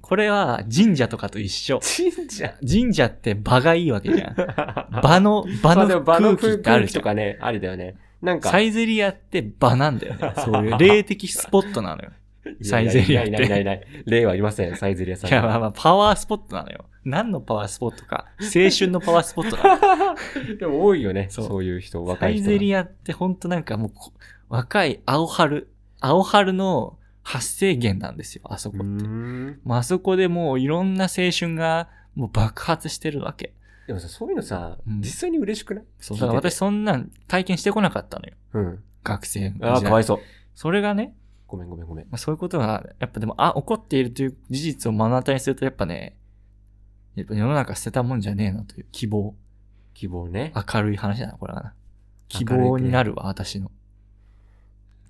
[SPEAKER 2] これは神社とかと一緒。
[SPEAKER 1] 神社。
[SPEAKER 2] 神社って場がいいわけじゃん。
[SPEAKER 1] [LAUGHS] 場
[SPEAKER 2] 場の、場の空気ってあるじ
[SPEAKER 1] と
[SPEAKER 2] ゃん。
[SPEAKER 1] かね、ありだよね。なんか、
[SPEAKER 2] サイゼリアって場なんだよね。そ
[SPEAKER 1] [LAUGHS]
[SPEAKER 2] ういう霊的スポットなのよ。サイゼリアって
[SPEAKER 1] いやいやいやいやいや例はありません、サイゼリアさん。
[SPEAKER 2] いや、まあまあ、パワースポットなのよ。何のパワースポットか。青春のパワースポットなのよ。
[SPEAKER 1] でも多いよね、
[SPEAKER 2] そう
[SPEAKER 1] そういう人、
[SPEAKER 2] サ
[SPEAKER 1] 若い
[SPEAKER 2] イ
[SPEAKER 1] 人。
[SPEAKER 2] ゼ
[SPEAKER 1] ア。
[SPEAKER 2] リアってほんとなんかもうこ、若い青春、青春の発生源なんですよ、あそこって。もうあそこでもういろんな青春がもう爆発してるわけ。
[SPEAKER 1] でもさ、そういうのさ、
[SPEAKER 2] うん
[SPEAKER 1] 実際に嬉しくない
[SPEAKER 2] そうだから私、そんなん体験してこなかったのよ。
[SPEAKER 1] うん。
[SPEAKER 2] 学生の時代
[SPEAKER 1] ああ、かわいそう。
[SPEAKER 2] それがね、
[SPEAKER 1] ごめんごめんごめん。
[SPEAKER 2] まあ、そういうことが、やっぱでも、あ、起こっているという事実を目の当たりにすると、やっぱね、やっぱ世の中捨てたもんじゃねえなという希望。
[SPEAKER 1] 希望ね。
[SPEAKER 2] 明るい話だな、これはな。希
[SPEAKER 1] 明るいね
[SPEAKER 2] 望になるわ、私の。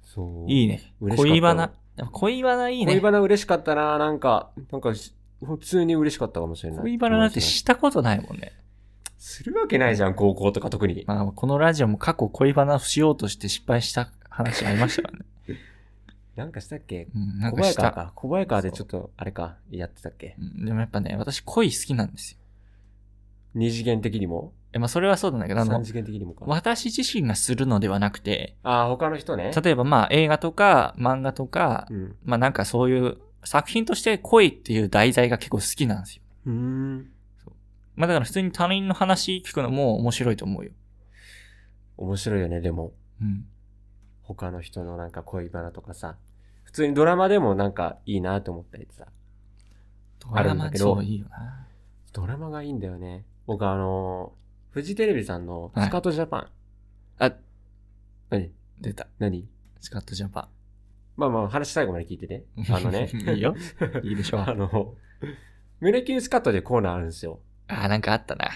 [SPEAKER 1] そう。
[SPEAKER 2] いい
[SPEAKER 1] ね。
[SPEAKER 2] ね。
[SPEAKER 1] 嬉しかった
[SPEAKER 2] 恋バナ。やっぱ恋バナいいね。
[SPEAKER 1] 恋バナ嬉しかったな、なんか、なんかし、普通に嬉しかったかもしれない。
[SPEAKER 2] 恋バナなんてしたことないもんね。
[SPEAKER 1] するわけないじゃん、高校とか特に。
[SPEAKER 2] まあ、このラジオも過去恋バナをしようとして失敗した話ありましたからね。
[SPEAKER 1] なんかしたっけ
[SPEAKER 2] うん、なん
[SPEAKER 1] 小
[SPEAKER 2] か
[SPEAKER 1] 早
[SPEAKER 2] し
[SPEAKER 1] 川
[SPEAKER 2] た。
[SPEAKER 1] か。小早川でちょっと、あれか、やってたっけ
[SPEAKER 2] うんでもやっぱね、私恋好きなんですよ。
[SPEAKER 1] 二次元的にも
[SPEAKER 2] え、まあ、それはそうなんだけど、あの
[SPEAKER 1] 三、次元的にもか。
[SPEAKER 2] 私自身がするのではなくて、
[SPEAKER 1] ああ、他の人ね。
[SPEAKER 2] 例えばまあ映画とか漫画とか
[SPEAKER 1] う、ん。
[SPEAKER 2] まあなんかそういう作品として恋っていう題材が結構好きなんですよ。
[SPEAKER 1] うーん。
[SPEAKER 2] まあだから普通に他人の話聞くのも面白いと思うよ。
[SPEAKER 1] 面白いよね、でも。
[SPEAKER 2] うん。
[SPEAKER 1] 他の人のなんか恋バナとかさ。普通にドラマでもなんかいいなと思ったりさ。
[SPEAKER 2] ド
[SPEAKER 1] ある
[SPEAKER 2] ラ
[SPEAKER 1] んだ
[SPEAKER 2] マ
[SPEAKER 1] けど
[SPEAKER 2] そういいよな。
[SPEAKER 1] ドラマがいいんだよね。僕あのーフジテレビさんのスカートジャパン。
[SPEAKER 2] はいあ、
[SPEAKER 1] 何
[SPEAKER 2] 出た。
[SPEAKER 1] 何
[SPEAKER 2] スカットジャパ
[SPEAKER 1] まあまあ話最後まで聞いて
[SPEAKER 2] [LAUGHS]
[SPEAKER 1] ね。
[SPEAKER 2] ン。。
[SPEAKER 1] あのね
[SPEAKER 2] いいよ。いいでしょう
[SPEAKER 1] [LAUGHS] あ。の、胸キュンスカットでコーナーあるんですよ。
[SPEAKER 2] あ、なんかあったな。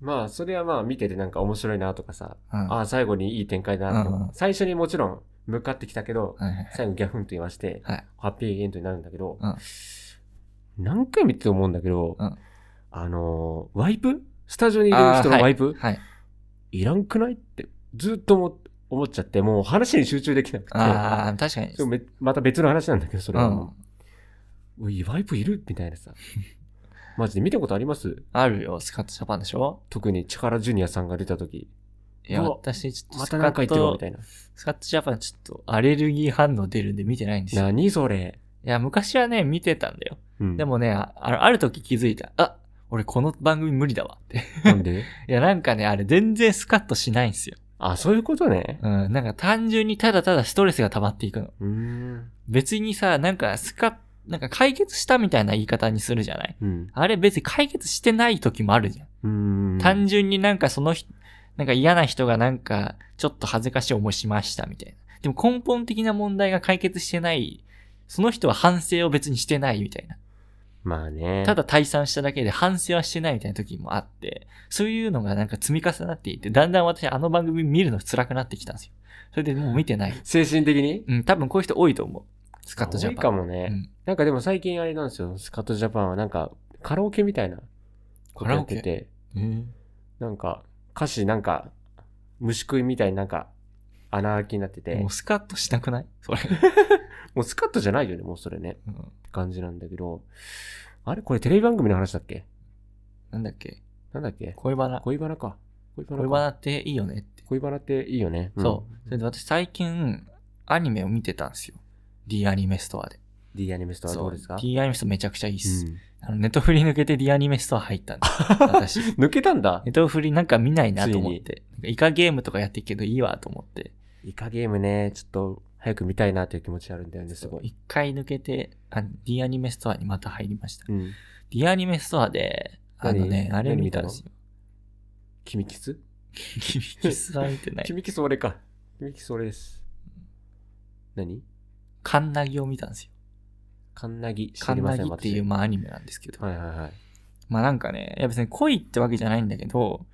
[SPEAKER 1] まあ、それはまあ見ててなんか面白いなとかさ、
[SPEAKER 2] うん。
[SPEAKER 1] ああ、最後にいい展開だなと
[SPEAKER 2] うんうん
[SPEAKER 1] 最初にもちろん向かってきたけど、
[SPEAKER 2] はいはい
[SPEAKER 1] 最後ギャフンと言わして、
[SPEAKER 2] はい。
[SPEAKER 1] ハッピーエンドになるんだけど、
[SPEAKER 2] うん
[SPEAKER 1] 何回見てて思うんだけど、
[SPEAKER 2] うん
[SPEAKER 1] あのー、ワイプスタジオにいる人のワイプ、
[SPEAKER 2] はい。
[SPEAKER 1] い、らんくないってずっと思思っちゃって、もう話に集中できなくて、
[SPEAKER 2] ああ、確かに。
[SPEAKER 1] そうめまた別の話なんだけど、それ
[SPEAKER 2] う
[SPEAKER 1] は
[SPEAKER 2] ん
[SPEAKER 1] も。う、ういワイプいるみたいなさ。マジで見たことあります
[SPEAKER 2] あるよ、スカットジャパンでしょ
[SPEAKER 1] 特に力ジュニアさんが出た時
[SPEAKER 2] いや、
[SPEAKER 1] うわ
[SPEAKER 2] 私ちょっと
[SPEAKER 1] ま
[SPEAKER 2] ス
[SPEAKER 1] た
[SPEAKER 2] カ
[SPEAKER 1] 何か言
[SPEAKER 2] ッ
[SPEAKER 1] ってるわみ
[SPEAKER 2] ト
[SPEAKER 1] た、いな。
[SPEAKER 2] スカットジャパンちょっとアレルギー反応出るんで見てないんですよ。
[SPEAKER 1] 何それ、
[SPEAKER 2] いや、昔はね、見てたんだよ。
[SPEAKER 1] うん
[SPEAKER 2] でもね、ああある時気づいた。あ、俺この番組無理だわって。 [LAUGHS]
[SPEAKER 1] なんで
[SPEAKER 2] いや、なんかね、あれ全然スカッとしないんですよ。
[SPEAKER 1] あ、そういうことね。
[SPEAKER 2] うん、なんか単純にただただストレスが溜まっていくの。
[SPEAKER 1] うーん。
[SPEAKER 2] 別にさ、なんかスカッ、なんか解決したみたいな言い方にするじゃない
[SPEAKER 1] うん。
[SPEAKER 2] あれ別に解決してない時もあるじゃん。
[SPEAKER 1] うん。
[SPEAKER 2] 単純になんかその人、なんか嫌な人がなんかちょっと恥ずかしい思いしましたみたいな。でも根本的な問題が解決してない、その人は反省を別にしてないみたいな。
[SPEAKER 1] まあね。
[SPEAKER 2] ただ退散しただけで反省はしてないみたいな時もあって、そういうのがなんか積み重なっていって、だんだん私あの番組見るの辛くなってきたんですよ。それでもう見てない。
[SPEAKER 1] 精神的に
[SPEAKER 2] うん、多分こういう人多いと思う。スカットジャ
[SPEAKER 1] 多
[SPEAKER 2] パン。
[SPEAKER 1] いかもね、
[SPEAKER 2] うん
[SPEAKER 1] なんかでも最近あれなんですよ。スカットジャパンはなんかカラオケみたいなことやって
[SPEAKER 2] カ
[SPEAKER 1] て、
[SPEAKER 2] え
[SPEAKER 1] なんか歌詞なんか虫食いみたいになんか穴開きになってて、
[SPEAKER 2] ー
[SPEAKER 1] も
[SPEAKER 2] もうスカッとしなくないそれ、
[SPEAKER 1] うスカットじゃないよね、もうそれね。
[SPEAKER 2] [LAUGHS] うん
[SPEAKER 1] 感じなんだけど。あれこれテレビ番組の話だっけ
[SPEAKER 2] なんだっけ
[SPEAKER 1] なんだっけ
[SPEAKER 2] 恋バナ。
[SPEAKER 1] 恋バナか。恋バナ
[SPEAKER 2] 恋
[SPEAKER 1] か
[SPEAKER 2] バナっていいよねって。
[SPEAKER 1] 恋バナっていいよね。
[SPEAKER 2] そう。それで私最近、アニメを見てたんですよ。D アニメストアで。
[SPEAKER 1] うん。D アニメストはどうですか
[SPEAKER 2] D アニメストアめちゃくちゃいいっす。
[SPEAKER 1] う
[SPEAKER 2] あのネトフリ抜けて D アニメストア入っ
[SPEAKER 1] [LAUGHS]
[SPEAKER 2] たんです私。
[SPEAKER 1] ん抜けたんだ
[SPEAKER 2] ネトフリなんか見ないなと思って。なんかイカゲームとかやってるけどいいわと思って。
[SPEAKER 1] イカゲームね、ちょっと早く見たいなという気持ちあるんだよね、すごい。
[SPEAKER 2] 一回抜けてあ、D アニメストアにまた入りました。
[SPEAKER 1] うん。
[SPEAKER 2] D アニメストアで、あのね、
[SPEAKER 1] 何
[SPEAKER 2] あれ見たんですよ。
[SPEAKER 1] 君キス
[SPEAKER 2] [LAUGHS] キミキスは見てない。
[SPEAKER 1] 君キス俺か。君キス俺です。何
[SPEAKER 2] カンナギを見たんですよ。
[SPEAKER 1] カンナギ。知
[SPEAKER 2] カ
[SPEAKER 1] り
[SPEAKER 2] ン
[SPEAKER 1] ま
[SPEAKER 2] ナ
[SPEAKER 1] せ
[SPEAKER 2] ギ
[SPEAKER 1] ん
[SPEAKER 2] っていう、
[SPEAKER 1] 私
[SPEAKER 2] まあ、アニメなんですけど。
[SPEAKER 1] はいはいはい。
[SPEAKER 2] まあなんかね、いや別に恋ってわけじゃないんだけど、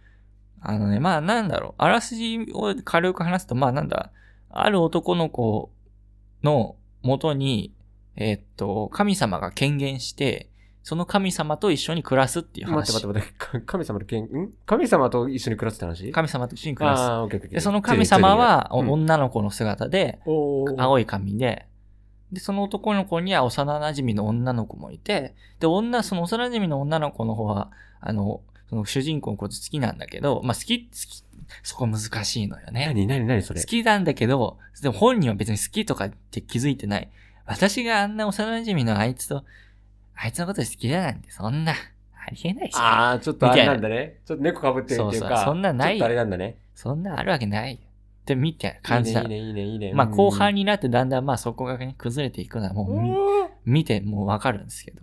[SPEAKER 2] あのね、まあなんだろう、あらすじを軽く話すと、まあなんだ、ある男の子の元に、えーっと、神様が権限して、その神様と一緒に暮らすっていう
[SPEAKER 1] 待って
[SPEAKER 2] 話。
[SPEAKER 1] 待って待ってか。神様の権、ん神様と一緒に暮らすって話
[SPEAKER 2] 神様と一緒に暮らす。
[SPEAKER 1] ああー、オッケーオッケーオッケー。
[SPEAKER 2] で、その神様は、
[SPEAKER 1] うん
[SPEAKER 2] 女の子の姿で、
[SPEAKER 1] おー
[SPEAKER 2] 青い髪で、で、その男の子には幼馴染の女の子もいて、で、女、その幼馴染の女の子の方は、あの、その主人公のこと好きなんだけど、まあ好き、好き、そこ難しいのよね。
[SPEAKER 1] 何何何そ
[SPEAKER 2] 好
[SPEAKER 1] れ
[SPEAKER 2] きなんだけど、でも本人は別に好きとかって気づいてない。私があんな幼馴染のあいつと、あいつのこと好きだなんて、そんな、ありえないし。
[SPEAKER 1] ああ、ちょっとあれなんだね。ちょっと猫かぶってるっていう
[SPEAKER 2] そうそ
[SPEAKER 1] か。
[SPEAKER 2] うそんなない
[SPEAKER 1] ちょっとあれなんだね。
[SPEAKER 2] そんなあるわけないよ。って、みたいな感じだ。
[SPEAKER 1] いいね、いいね、いいね。
[SPEAKER 2] まあ
[SPEAKER 1] うん
[SPEAKER 2] 後半になってだんだんまあそこがね、崩れていくのはもう見見てもうわかるんですけど。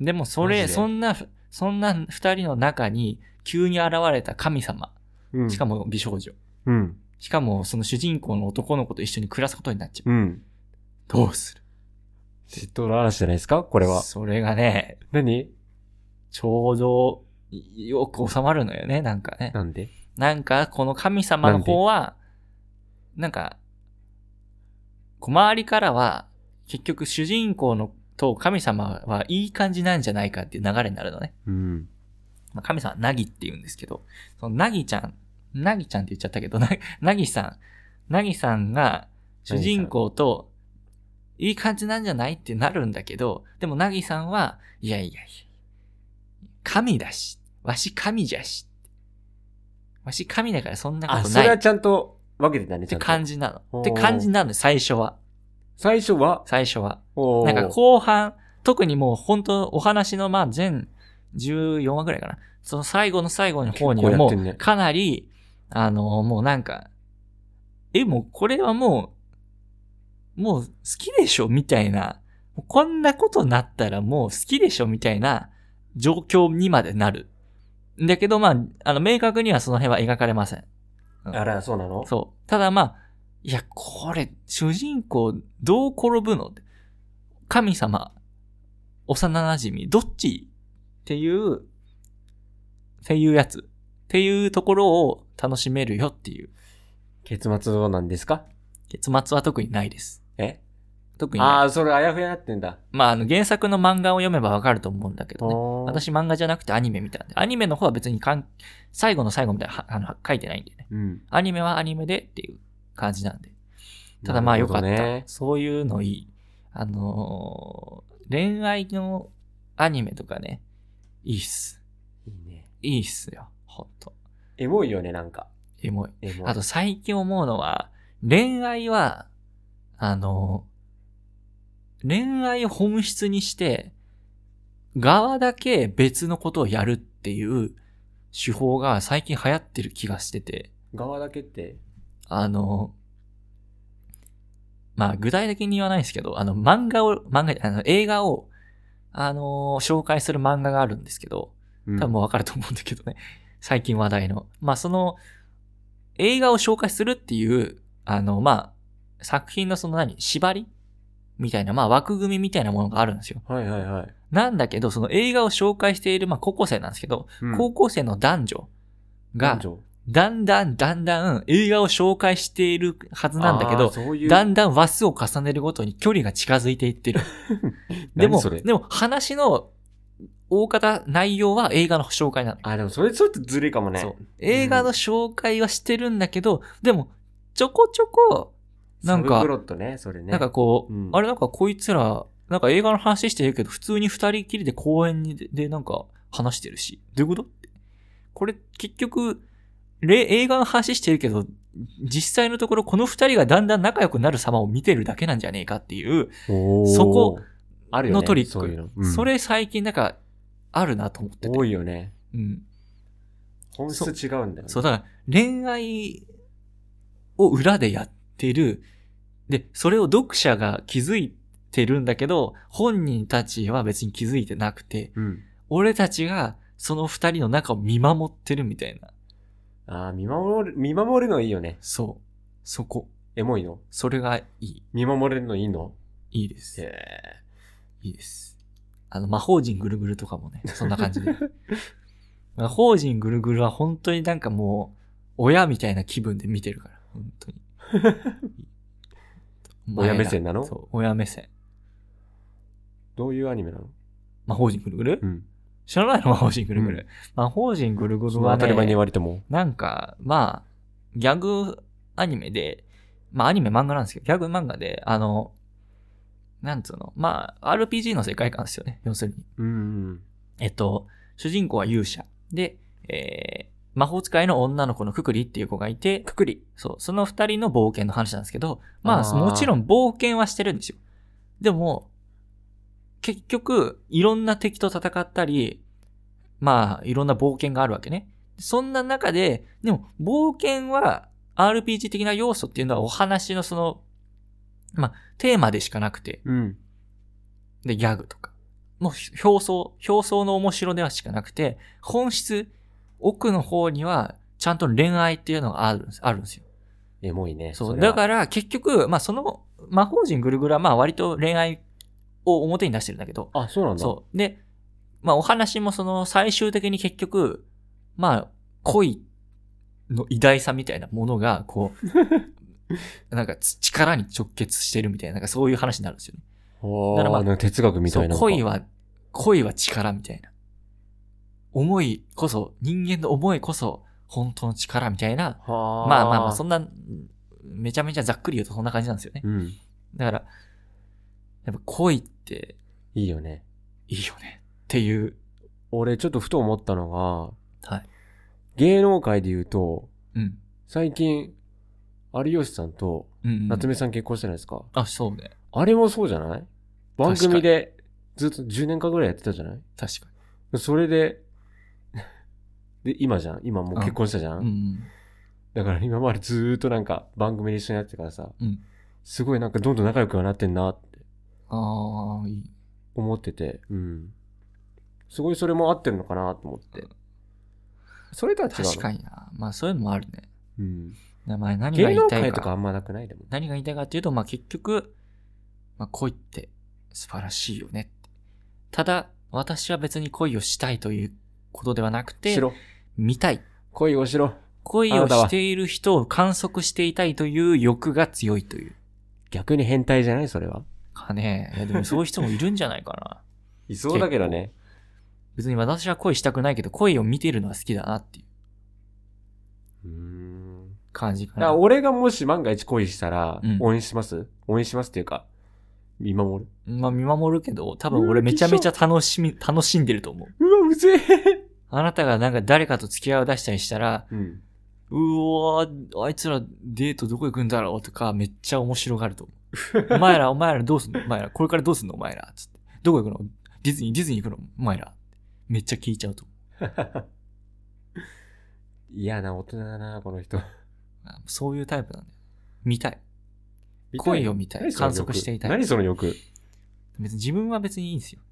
[SPEAKER 2] でもそ
[SPEAKER 1] マ
[SPEAKER 2] れ、
[SPEAKER 1] ジで
[SPEAKER 2] そんな、そんな二人の中に急に現れた神様。
[SPEAKER 1] うん
[SPEAKER 2] しかも美少女。
[SPEAKER 1] うん。
[SPEAKER 2] しかもその主人公の男の子と一緒に暮らすことになっちゃう。
[SPEAKER 1] うん。
[SPEAKER 2] どうする
[SPEAKER 1] 嫉妬の嵐じゃないですかこ
[SPEAKER 2] こ
[SPEAKER 1] れは。
[SPEAKER 2] それがね、
[SPEAKER 1] 何
[SPEAKER 2] ちょうどよく収まるのよね、なんかね。
[SPEAKER 1] なんで
[SPEAKER 2] なんかこの神様の方は、なんか、こう周りからは結局主人公のと神様はいい感じなんじゃないかっていう流れになるのね。
[SPEAKER 1] うん。
[SPEAKER 2] まあ、神様はナギって言うんですけど、そのナギちゃん、ナギちゃんって言っちゃったけど、な [LAUGHS] ナギさん、ナギさんが主人公といい感じなんじゃないってなるんだけど、でもナギさんは、いやいやいや、神だし、わし神じゃし、わし神だからそんな
[SPEAKER 1] あ、
[SPEAKER 2] こと
[SPEAKER 1] そ
[SPEAKER 2] な
[SPEAKER 1] れ
[SPEAKER 2] い
[SPEAKER 1] は
[SPEAKER 2] っ
[SPEAKER 1] ちゃんと分けてたね、ち
[SPEAKER 2] て
[SPEAKER 1] ゃんと。
[SPEAKER 2] 感じなの。
[SPEAKER 1] おー
[SPEAKER 2] って感じなの、最初は。
[SPEAKER 1] 最初は、
[SPEAKER 2] 最初は。
[SPEAKER 1] おー
[SPEAKER 2] なんか後半、特にもう本当お話のまあ全14話ぐらいかな。その最後の最後の方に
[SPEAKER 1] 結構
[SPEAKER 2] は
[SPEAKER 1] や
[SPEAKER 2] も
[SPEAKER 1] ってんね
[SPEAKER 2] うかなり、あの、もうなんか、え、もうこれはもう、もう好きでしょみたいな、こんなことなったらもう好きでしょみたいな状況にまでなる。だけどまあ、あの、明確にはその辺は描かれません。
[SPEAKER 1] あら、そうなの
[SPEAKER 2] そう。ただまあ、いや、これ、主人公、どう転ぶの神様、幼馴染、どっちっていう、っていうやつ。っていうところを楽しめるよっていう。
[SPEAKER 1] 結末どうなんですか
[SPEAKER 2] 結末は特にないです。
[SPEAKER 1] え
[SPEAKER 2] 特にない
[SPEAKER 1] ああ、それあやふやなってんだ。
[SPEAKER 2] まあ、あの、原作の漫画を読めばわかると思うんだけどね。
[SPEAKER 1] 私、
[SPEAKER 2] 私漫画じゃなくてアニメ見たんで。アニメの方は別にかん最後の最後みたいなは、あの、書いてないんでね。
[SPEAKER 1] うん。
[SPEAKER 2] アニメはアニメでっていう感じなんで。ただまあ
[SPEAKER 1] な
[SPEAKER 2] よ
[SPEAKER 1] るほ
[SPEAKER 2] かっ
[SPEAKER 1] ど
[SPEAKER 2] た。
[SPEAKER 1] ね
[SPEAKER 2] そういうのいい。あのー恋愛のアニメとかね、いいっす。
[SPEAKER 1] いいね。
[SPEAKER 2] いいっすよ。ほんと。
[SPEAKER 1] エモいよね、なんか。
[SPEAKER 2] エモい。
[SPEAKER 1] エモい。
[SPEAKER 2] あと、最近思うのは、恋愛は、あのー恋愛を本質にして、側だけ別のことをやるっていう手法が最近流行ってる気がしてて。
[SPEAKER 1] 側だけって。
[SPEAKER 2] あの、まあ具体的に言わないですけど、あの漫画を、漫画、あの映画を、あのー紹介する漫画があるんですけど、
[SPEAKER 1] うん
[SPEAKER 2] 多分もうわかると思うんだけどね。最近話題の。まあその、映画を紹介するっていう、あの、まあ、作品のその何、縛りみたいな、まあ枠組みみたいなものがあるんですよ。
[SPEAKER 1] はいはいはい。
[SPEAKER 2] なんだけど、その映画を紹介している、まあ高校生なんですけど、高校生の男女が
[SPEAKER 1] 男、女
[SPEAKER 2] だんだんだんだん映画を紹介しているはずなんだけ
[SPEAKER 1] あー
[SPEAKER 2] ど、
[SPEAKER 1] そういう
[SPEAKER 2] だんだん話数を重ねるごとに距離が近づいてい
[SPEAKER 1] [LAUGHS]
[SPEAKER 2] ってる。で
[SPEAKER 1] 何
[SPEAKER 2] も、
[SPEAKER 1] それ
[SPEAKER 2] でも話の大方内容は映画の紹介なの。
[SPEAKER 1] あ、でもそれちょっとずるいかもね。
[SPEAKER 2] そう映画の紹介はしてるんだけど、でも、ちょこちょこ、なん
[SPEAKER 1] サブ
[SPEAKER 2] か
[SPEAKER 1] プ、ロットね、それね。
[SPEAKER 2] なんかこう、
[SPEAKER 1] うん
[SPEAKER 2] あれなんかこいつら、なんか映画の話してるけど、普通に二人きりで公園にででなんか話してるし、どういうことってこれ結局、れ映画の話してるけど、実際のところこの二人がだんだん仲良くなる様を見てるだけなんじゃねえかっていう、
[SPEAKER 1] おー
[SPEAKER 2] そこ、
[SPEAKER 1] あるよね。
[SPEAKER 2] のトリック
[SPEAKER 1] そういうの。うん
[SPEAKER 2] それ最近なんか、あるなと思ってて。
[SPEAKER 1] 多いよね。
[SPEAKER 2] うん。
[SPEAKER 1] 本質違うんだよね。
[SPEAKER 2] そう、だから恋愛を裏でやってる。で、それを読者が気づいてるんだけど、本人たちは別に気づいてなくて、
[SPEAKER 1] うん。
[SPEAKER 2] 俺たちがその二人の中を見守ってるみたいな。
[SPEAKER 1] ああ、見守る、見守るのいいよね。
[SPEAKER 2] そう。そこ。
[SPEAKER 1] エモいの
[SPEAKER 2] それがいい。
[SPEAKER 1] 見守れるのいいの
[SPEAKER 2] いいです。
[SPEAKER 1] へ
[SPEAKER 2] いいです。あの、魔法陣ぐるぐると
[SPEAKER 1] [LAUGHS]
[SPEAKER 2] かもね、そんな感じで。魔法陣ぐるぐるは本当になんかもう、親みたいな気分で見てるから、本当に。お前ら
[SPEAKER 1] [LAUGHS] 親目線なの
[SPEAKER 2] そう、親目線。
[SPEAKER 1] どういうアニメなの
[SPEAKER 2] 魔法陣ぐるぐる、
[SPEAKER 1] うん。
[SPEAKER 2] 知らないの魔法陣ぐるぐ
[SPEAKER 1] う
[SPEAKER 2] る。魔法陣ぐるぐ
[SPEAKER 1] そ
[SPEAKER 2] る
[SPEAKER 1] の
[SPEAKER 2] は、
[SPEAKER 1] 当たり前に
[SPEAKER 2] ね
[SPEAKER 1] 言、われても。
[SPEAKER 2] なんか、まあ、ギャグアニメで、まあアニメ漫画なんですけど、ギャグ漫画で、あの、なんつうの、まあ RPG の世界観ですよね、要するに。
[SPEAKER 1] うんうん。
[SPEAKER 2] えっと、主人公は勇者。で、えー魔法使いの女の子のククリっていう子がいて、ククリ。そう、その二人の冒険の話なんですけど、ま
[SPEAKER 1] あ
[SPEAKER 2] あ、
[SPEAKER 1] ー
[SPEAKER 2] もちろん冒険はしてるんですよ。でも、結局、いろんな敵と戦ったり、まあ、いろんな冒険があるわけね。そんな中で、でも、冒険は RPG 的な要素っていうのはお話のその、まあ、テーマでしかなくて、
[SPEAKER 1] うん。
[SPEAKER 2] で、ギャグとか。もうひ表層、表層の面白ではしかなくて、本質、奥の方には、ちゃんと恋愛っていうのがあるんです、あるんですよ。
[SPEAKER 1] エモいね。
[SPEAKER 2] そ。
[SPEAKER 1] そうれは
[SPEAKER 2] だから、結局、まあ、その、魔法陣ぐるぐるは、まあ、割と恋愛を表に出してるんだけど、
[SPEAKER 1] あ、そうなんだ。
[SPEAKER 2] そう。で、まあ、お話もその、最終的に結局、まあ、恋の偉大さみたいなものが、こ
[SPEAKER 1] [LAUGHS]
[SPEAKER 2] う、なんかつ、力に直結してるみたいな、なんかそういう話になるんですよね。
[SPEAKER 1] おー
[SPEAKER 2] だからまあ
[SPEAKER 1] なんか哲学みたいなの
[SPEAKER 2] そ
[SPEAKER 1] か。
[SPEAKER 2] う恋は、恋は力みたいな。思いこそ、人間の思いこそ、本当の力みたいな。
[SPEAKER 1] は
[SPEAKER 2] まあまあまあ、そ
[SPEAKER 1] の。
[SPEAKER 2] んな、うんめちゃめちゃざっくり言うとそんな感じなんですよね。
[SPEAKER 1] うん。
[SPEAKER 2] だから、やっぱ恋って
[SPEAKER 1] いいよね。
[SPEAKER 2] いいよね。っていう。
[SPEAKER 1] 俺、ちょっとふと思ったのが、
[SPEAKER 2] はい。
[SPEAKER 1] 芸能界で言うと、
[SPEAKER 2] うん。
[SPEAKER 1] 最近、有吉さんと
[SPEAKER 2] うん、うん。
[SPEAKER 1] 夏目さん結婚したじゃないですか。
[SPEAKER 2] あ、そうね。
[SPEAKER 1] あれもそうじゃない番組でずっと10年間ぐらいやってたじゃない
[SPEAKER 2] 確か
[SPEAKER 1] それで、で、今じゃん今もう結婚したじゃん、
[SPEAKER 2] に。うん
[SPEAKER 1] だから今までずーっとなんか番組で一緒にやってたからさ、
[SPEAKER 2] うん
[SPEAKER 1] すごいなんかどんどん仲良くはなってんなって
[SPEAKER 2] うん。ああ、いい。
[SPEAKER 1] 思ってて、うん。すごいそれも合ってるのかなと思って。それとは違うの。
[SPEAKER 2] 確かにな。まあ、そういうのもあるね。
[SPEAKER 1] うん。
[SPEAKER 2] 名前何が
[SPEAKER 1] 芸
[SPEAKER 2] 言い
[SPEAKER 1] 能
[SPEAKER 2] たい
[SPEAKER 1] 界
[SPEAKER 2] か。
[SPEAKER 1] とかあんまなくないでも。
[SPEAKER 2] 何が言いたいかっていうと、まあ、結局、まあ、恋って素晴らしいよねって。ただ、私は別に恋をしたいということではなくて
[SPEAKER 1] し、ろ。
[SPEAKER 2] 見たい。
[SPEAKER 1] 恋をしろ。
[SPEAKER 2] 恋をしている人を観測していたいという欲が強いという。
[SPEAKER 1] 逆に変態じゃないそれは。
[SPEAKER 2] かねえ。いやでもそういう人もいるんじゃないかな。 [LAUGHS]
[SPEAKER 1] いそうだけどね。
[SPEAKER 2] 別に私は恋したくないけど、恋を見てるのは好きだなっていう
[SPEAKER 1] うーん。
[SPEAKER 2] 感じ
[SPEAKER 1] だ
[SPEAKER 2] か
[SPEAKER 1] から
[SPEAKER 2] な。
[SPEAKER 1] 俺がもし万が一恋したら
[SPEAKER 2] うん、
[SPEAKER 1] 応援します、応援しますっていうか、見守る。
[SPEAKER 2] まあ見守るけど、多分俺めちゃめちゃ楽しみ、楽しんでると思う。
[SPEAKER 1] うわ、うぜえ。
[SPEAKER 2] あなたがなんか誰かと付き合いを出したりしたら、
[SPEAKER 1] うん。
[SPEAKER 2] うわーあいつらデートどこ行くんだろうとか、めっちゃ面白がると思う。お
[SPEAKER 1] [LAUGHS]
[SPEAKER 2] 前ら、お前らどうすんのお前ら、これからどうすんのお前ら。つって。どこ行くのディズニー、ディズニー行くのお前ら。めっちゃ聞いちゃうと思う。
[SPEAKER 1] 嫌な大人だな、この人。
[SPEAKER 2] あそういうタイプなんだよ。見たい。
[SPEAKER 1] 見たい
[SPEAKER 2] 恋を見たい。
[SPEAKER 1] 何その
[SPEAKER 2] 観
[SPEAKER 1] 欲
[SPEAKER 2] 測していたい。
[SPEAKER 1] 何その欲
[SPEAKER 2] 別に自分は別にいいんですよ。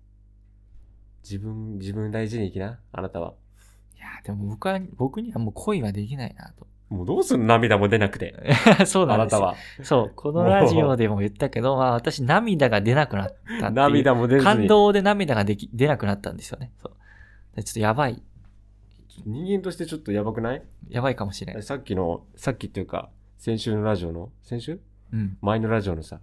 [SPEAKER 1] 自分、自分大事に生きな、あなたは。
[SPEAKER 2] いやーでも僕は、僕にはもう恋はできないなと。 [LAUGHS]
[SPEAKER 1] もうどうすん涙も出なくて。
[SPEAKER 2] そうな
[SPEAKER 1] あ
[SPEAKER 2] ん
[SPEAKER 1] な
[SPEAKER 2] ですよ
[SPEAKER 1] たは。
[SPEAKER 2] そう、このラジオでも言った
[SPEAKER 1] [LAUGHS]
[SPEAKER 2] けど、まあ私涙が出なくなったっていう。
[SPEAKER 1] 涙も出ずに。
[SPEAKER 2] 感動で涙ができ出なくなったんですよね。そうでちょっとやばい。
[SPEAKER 1] 人間としてちょっとやばくない
[SPEAKER 2] やばいかもしれない。
[SPEAKER 1] さっきの、さっきっていうか、先週のラジオの、先週
[SPEAKER 2] うん。
[SPEAKER 1] 前のラジオのさ、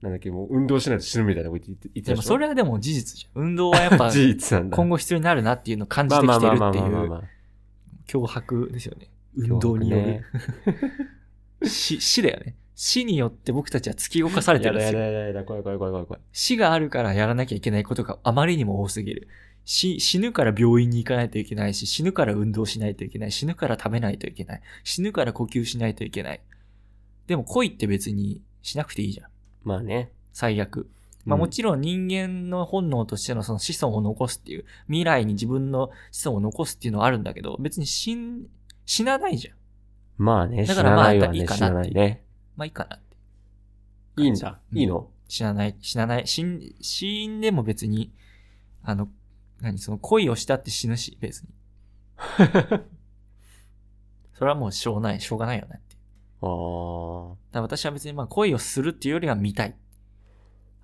[SPEAKER 1] なんだっけ、もう運動しないと死ぬみたいなこと言って言って
[SPEAKER 2] で
[SPEAKER 1] たで
[SPEAKER 2] も
[SPEAKER 1] しょ
[SPEAKER 2] それはでも事実じゃん。運動はやっ
[SPEAKER 1] [LAUGHS]
[SPEAKER 2] ぱ
[SPEAKER 1] 事実なんだ。
[SPEAKER 2] 今後必要になるなっていうのを感じ
[SPEAKER 1] まあ
[SPEAKER 2] て
[SPEAKER 1] ま
[SPEAKER 2] き
[SPEAKER 1] あ
[SPEAKER 2] て
[SPEAKER 1] ま
[SPEAKER 2] る
[SPEAKER 1] あ
[SPEAKER 2] っ
[SPEAKER 1] まあ
[SPEAKER 2] て
[SPEAKER 1] まあまあ
[SPEAKER 2] いう
[SPEAKER 1] まあ。
[SPEAKER 2] 脅迫ですよね。運動によ
[SPEAKER 1] 脅
[SPEAKER 2] る。
[SPEAKER 1] 迫ね
[SPEAKER 2] 死、死だよね。死によって僕たちは突き動かされて
[SPEAKER 1] や
[SPEAKER 2] るん
[SPEAKER 1] だ
[SPEAKER 2] で
[SPEAKER 1] やだ
[SPEAKER 2] すよ。
[SPEAKER 1] やだやだ、怖い怖い怖い怖い怖い。
[SPEAKER 2] 死があるからやらなきゃいけないことがあまりにも多すぎる。死、死ぬから病院に行かないといけないし、死ぬから運動しないといけない、死ぬから食べないといけない、死ぬから呼吸しないといけない。でも恋って別にしなくていいじゃん。
[SPEAKER 1] まあね。
[SPEAKER 2] 最悪。まあ
[SPEAKER 1] うん
[SPEAKER 2] もちろん人間の本能としてのその子孫を残すっていう、未来に自分の子孫を残すっていうのはあるんだけど、別に死ん、死なないじゃん。
[SPEAKER 1] まあね、
[SPEAKER 2] だ
[SPEAKER 1] 死
[SPEAKER 2] か
[SPEAKER 1] な
[SPEAKER 2] らまあ
[SPEAKER 1] ないわ
[SPEAKER 2] いい
[SPEAKER 1] ね、
[SPEAKER 2] かな
[SPEAKER 1] 死なないね。
[SPEAKER 2] まあいいかなって。
[SPEAKER 1] いいんだ。
[SPEAKER 2] うん
[SPEAKER 1] いいの
[SPEAKER 2] 死なない、死なない、死ん、死んでも別に、あの、何、その恋をしたって死ぬし、
[SPEAKER 1] [LAUGHS]
[SPEAKER 2] 別に。それはもうしょうがない、しょうがないよねっていう。
[SPEAKER 1] あー
[SPEAKER 2] だから私は別にまあ恋をするっていうよりは見たい。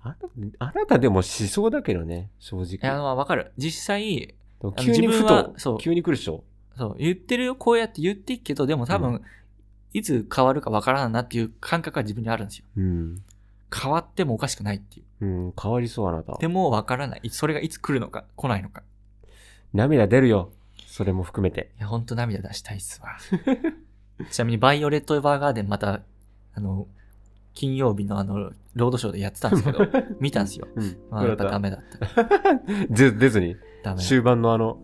[SPEAKER 1] あなあなたでもしそうだけどね、正
[SPEAKER 2] いや、
[SPEAKER 1] 直。
[SPEAKER 2] まあわかる。実際、
[SPEAKER 1] でも
[SPEAKER 2] あの
[SPEAKER 1] 急に
[SPEAKER 2] 自
[SPEAKER 1] ふ
[SPEAKER 2] 分は
[SPEAKER 1] と
[SPEAKER 2] そう、
[SPEAKER 1] 急に来るでしょ。
[SPEAKER 2] そう、言ってるよ、こうやって言ってっけど、でも多分、いつ変わるかわからんなっていう感覚が自分にあるんですよ。
[SPEAKER 1] うん。
[SPEAKER 2] 変わってもおかしくないっていう。
[SPEAKER 1] うん、変わりそう、あなた
[SPEAKER 2] で。もわからない。それがいつ来るのか、来ないのか。
[SPEAKER 1] 涙出るよ。それも含めて。
[SPEAKER 2] いや、ほんと涙出したいっすわ。ちなみに、バイオレット・エヴァーガーデンまた、あの、金曜日のあの、ロードショーでやってたんですけど、見たんですよ。
[SPEAKER 1] うん。
[SPEAKER 2] まあ、やっぱダ
[SPEAKER 1] メ。
[SPEAKER 2] メだった。
[SPEAKER 1] [LAUGHS] 出出ずに、
[SPEAKER 2] [LAUGHS] ダメだった。
[SPEAKER 1] 終盤のあの、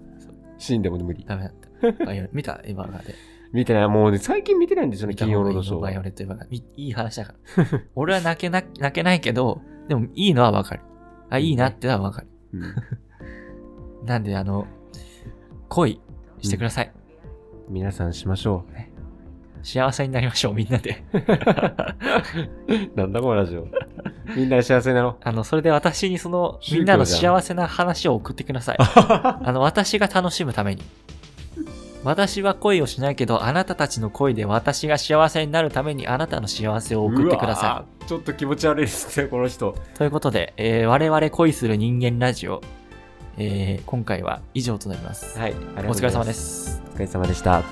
[SPEAKER 1] シーンでも無理。
[SPEAKER 2] ダメだった。バイオレ見たエヴァーガーデン。
[SPEAKER 1] 見てない。もうね、最近見てないんですよね、金曜ロードショ
[SPEAKER 2] 見た方がいいのバイオ
[SPEAKER 1] ー。
[SPEAKER 2] レット・エヴァーガーデン。いいい話だから。 [LAUGHS] 俺は泣けな、泣けないけど、でもいいのはわかる。あ、いいなってのはわかる。
[SPEAKER 1] うん
[SPEAKER 2] なんで、あの、恋してください。
[SPEAKER 1] 皆さんしましょ
[SPEAKER 2] 幸せになりましょう、みんなで。 [LAUGHS]
[SPEAKER 1] う。 [LAUGHS] なんだこのラジオ。みんなで幸せになろ
[SPEAKER 2] あの、それで私にその、
[SPEAKER 1] 宗教
[SPEAKER 2] みんなの
[SPEAKER 1] じゃん
[SPEAKER 2] 幸せな話を送ってく
[SPEAKER 1] [LAUGHS]
[SPEAKER 2] ださ
[SPEAKER 1] う。
[SPEAKER 2] い。あの、私が楽しむために。私は恋をしないけど、あなたたちの恋で私が幸せになるためにあなたの幸せを送ってくださ
[SPEAKER 1] い。ちょっと気持ち悪いですね、この人。
[SPEAKER 2] い。ということで、えー我々恋する人間ラジオ、えー今回は以上となります。
[SPEAKER 1] はい、ありがとう
[SPEAKER 2] お
[SPEAKER 1] ご
[SPEAKER 2] 疲
[SPEAKER 1] ざ
[SPEAKER 2] れ
[SPEAKER 1] い
[SPEAKER 2] 様
[SPEAKER 1] ま
[SPEAKER 2] で。す。
[SPEAKER 1] お疲れ様でした。